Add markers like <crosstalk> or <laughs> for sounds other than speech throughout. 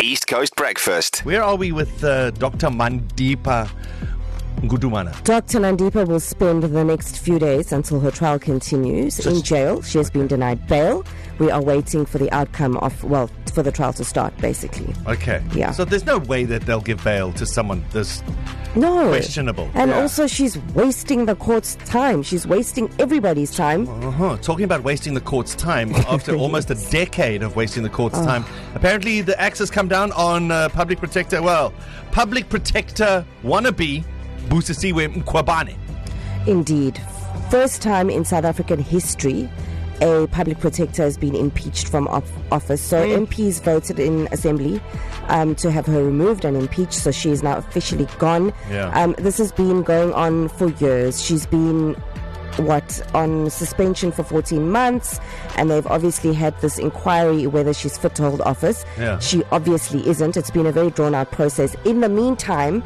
East Coast Breakfast. Where are we with uh, Dr. Mandeepa Gudumana? Dr. Nandipa will spend the next few days until her trial continues in jail. She has been denied bail. We are waiting for the outcome of, well, for the trial to start, basically. Okay. Yeah. So there's no way that they'll give bail to someone this. No. Questionable. And Yeah. also, she's wasting the court's time. She's wasting everybody's time. Uh-huh. Talking about wasting the court's <laughs> time after almost a decade of wasting the court's time. Apparently, the axe has come down on uh, public protector. Well, public protector wannabe Busisiwe Mkwabane. Indeed. First time in South African history, a public protector has been impeached from of- office. So Hmm. MPs voted in assembly um, to have her removed and impeached. So she is now officially gone. Yeah. Um, this has been going on for years. She's been. What on suspension for 14 months, and they've obviously had this inquiry whether she's fit to hold office. Yeah. She obviously isn't. It's been a very drawn out process. In the meantime,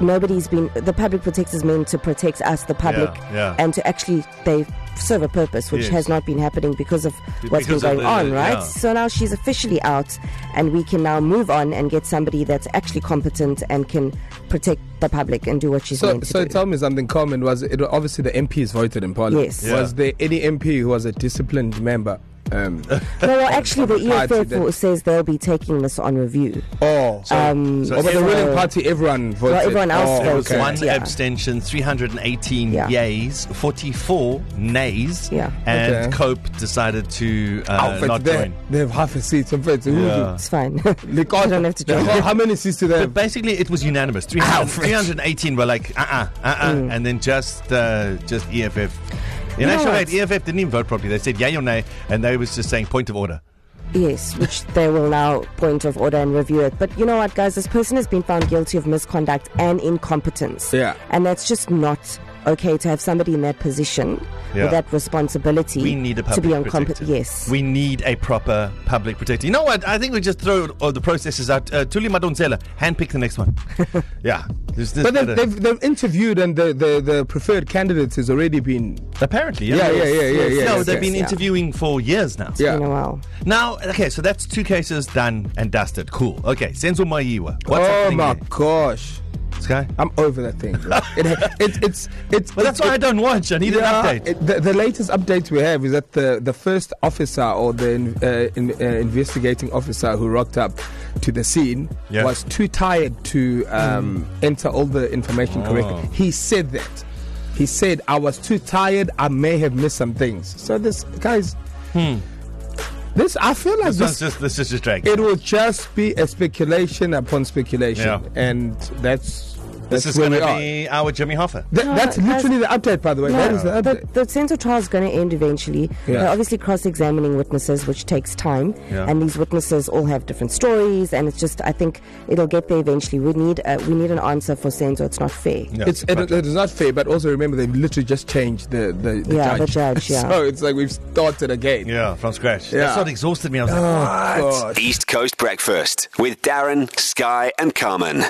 nobody's been the public protector's meant to protect us, the public, yeah. and to actually they serve a purpose, which Yes. has not been happening because of what's Because of been going the- on, right? yeah. So now she's officially out, and we can now move on and get somebody that's actually competent and can protect the public and do what she's So, meant to so do. tell me something common was it obviously the MPs voted in parliament. Yes. Yeah. Was there any MP who was a disciplined member? <laughs> Um, no, well, actually, the Ah, it's- EFF that- says they'll be taking this on review. oh, Um, so or was the everyone- ruling party everyone voted? everyone else oh, There was voted. one yeah. abstention, 318 Yeah. yays, 44 nays, Yeah. and Okay. Cope decided to Oh, uh, but not they, join. they have half a seat. So it's- Yeah. It's fine. <laughs> They can't- You don't have to they join. can't- How many seats do they But have? basically, it was unanimous. 300 318 were like, uh uh-uh, uh, Mm. And then just uh, just EFF. In know actual what? fact, EFF E didn't even vote properly. They said yay or nay, and they was just saying point of order. Yes, which they will now point of order and review it. But you know what, guys? This person has been found guilty of misconduct and incompetence. Yeah. And that's just not okay to have somebody in that position Yeah. with that responsibility We need a to public be protector. incompetent. Yes. We need a proper public protector. You know what? I think we just throw all the processes out. Uh, Tuli Madonsela, handpick the next <laughs> one. yeah. There's- there's But they've, better- they've, they've interviewed and the, the, the preferred candidates has already been. Apparently, yeah. Yeah, yeah, yeah, yeah, yeah, no, yeah, they've yeah. been Yeah. interviewing for years now. Yeah. In a while. Now, okay, so that's two cases done and dusted. Cool. Okay, Senzo Maiwa. What's oh happening my there? gosh. Sky? I'm over that <laughs> thing. bro. it, it, it's, it's, Well, that's it's, why I don't watch. I need an update. it- the, the latest update we have is that the, the first officer or the uh, in, uh, investigating officer who rocked up to the scene Yeah. was too tired to um, Mm. enter all the information Oh. correctly. He said that. He said, I was too tired. I may have missed some things. So, this, guys, this, I feel like Hmm. This one's this, just this is just drag. it will just be a speculation upon speculation. Yeah. And that's, this that's is where going we to are. be our Jimmy Hoffa. Th- No, that's guys- literally the update, by the way. That is No, the update. the, the censor trial is going to end eventually. Yeah. They're obviously cross examining witnesses, which takes time. Yeah. And these witnesses all have different stories. And it's just, I think it'll get there eventually. We need, uh, we need an answer for censor. It's not fair. Yeah, It's it, but- it is not fair, but also remember they've literally just changed the the, the Yeah, the judge. <laughs> judge, yeah. so it's like we've started again. yeah, from scratch. Yeah. That's what exhausted me. I was like, God. East Coast Breakfast with Darren, Sky, and Carmen.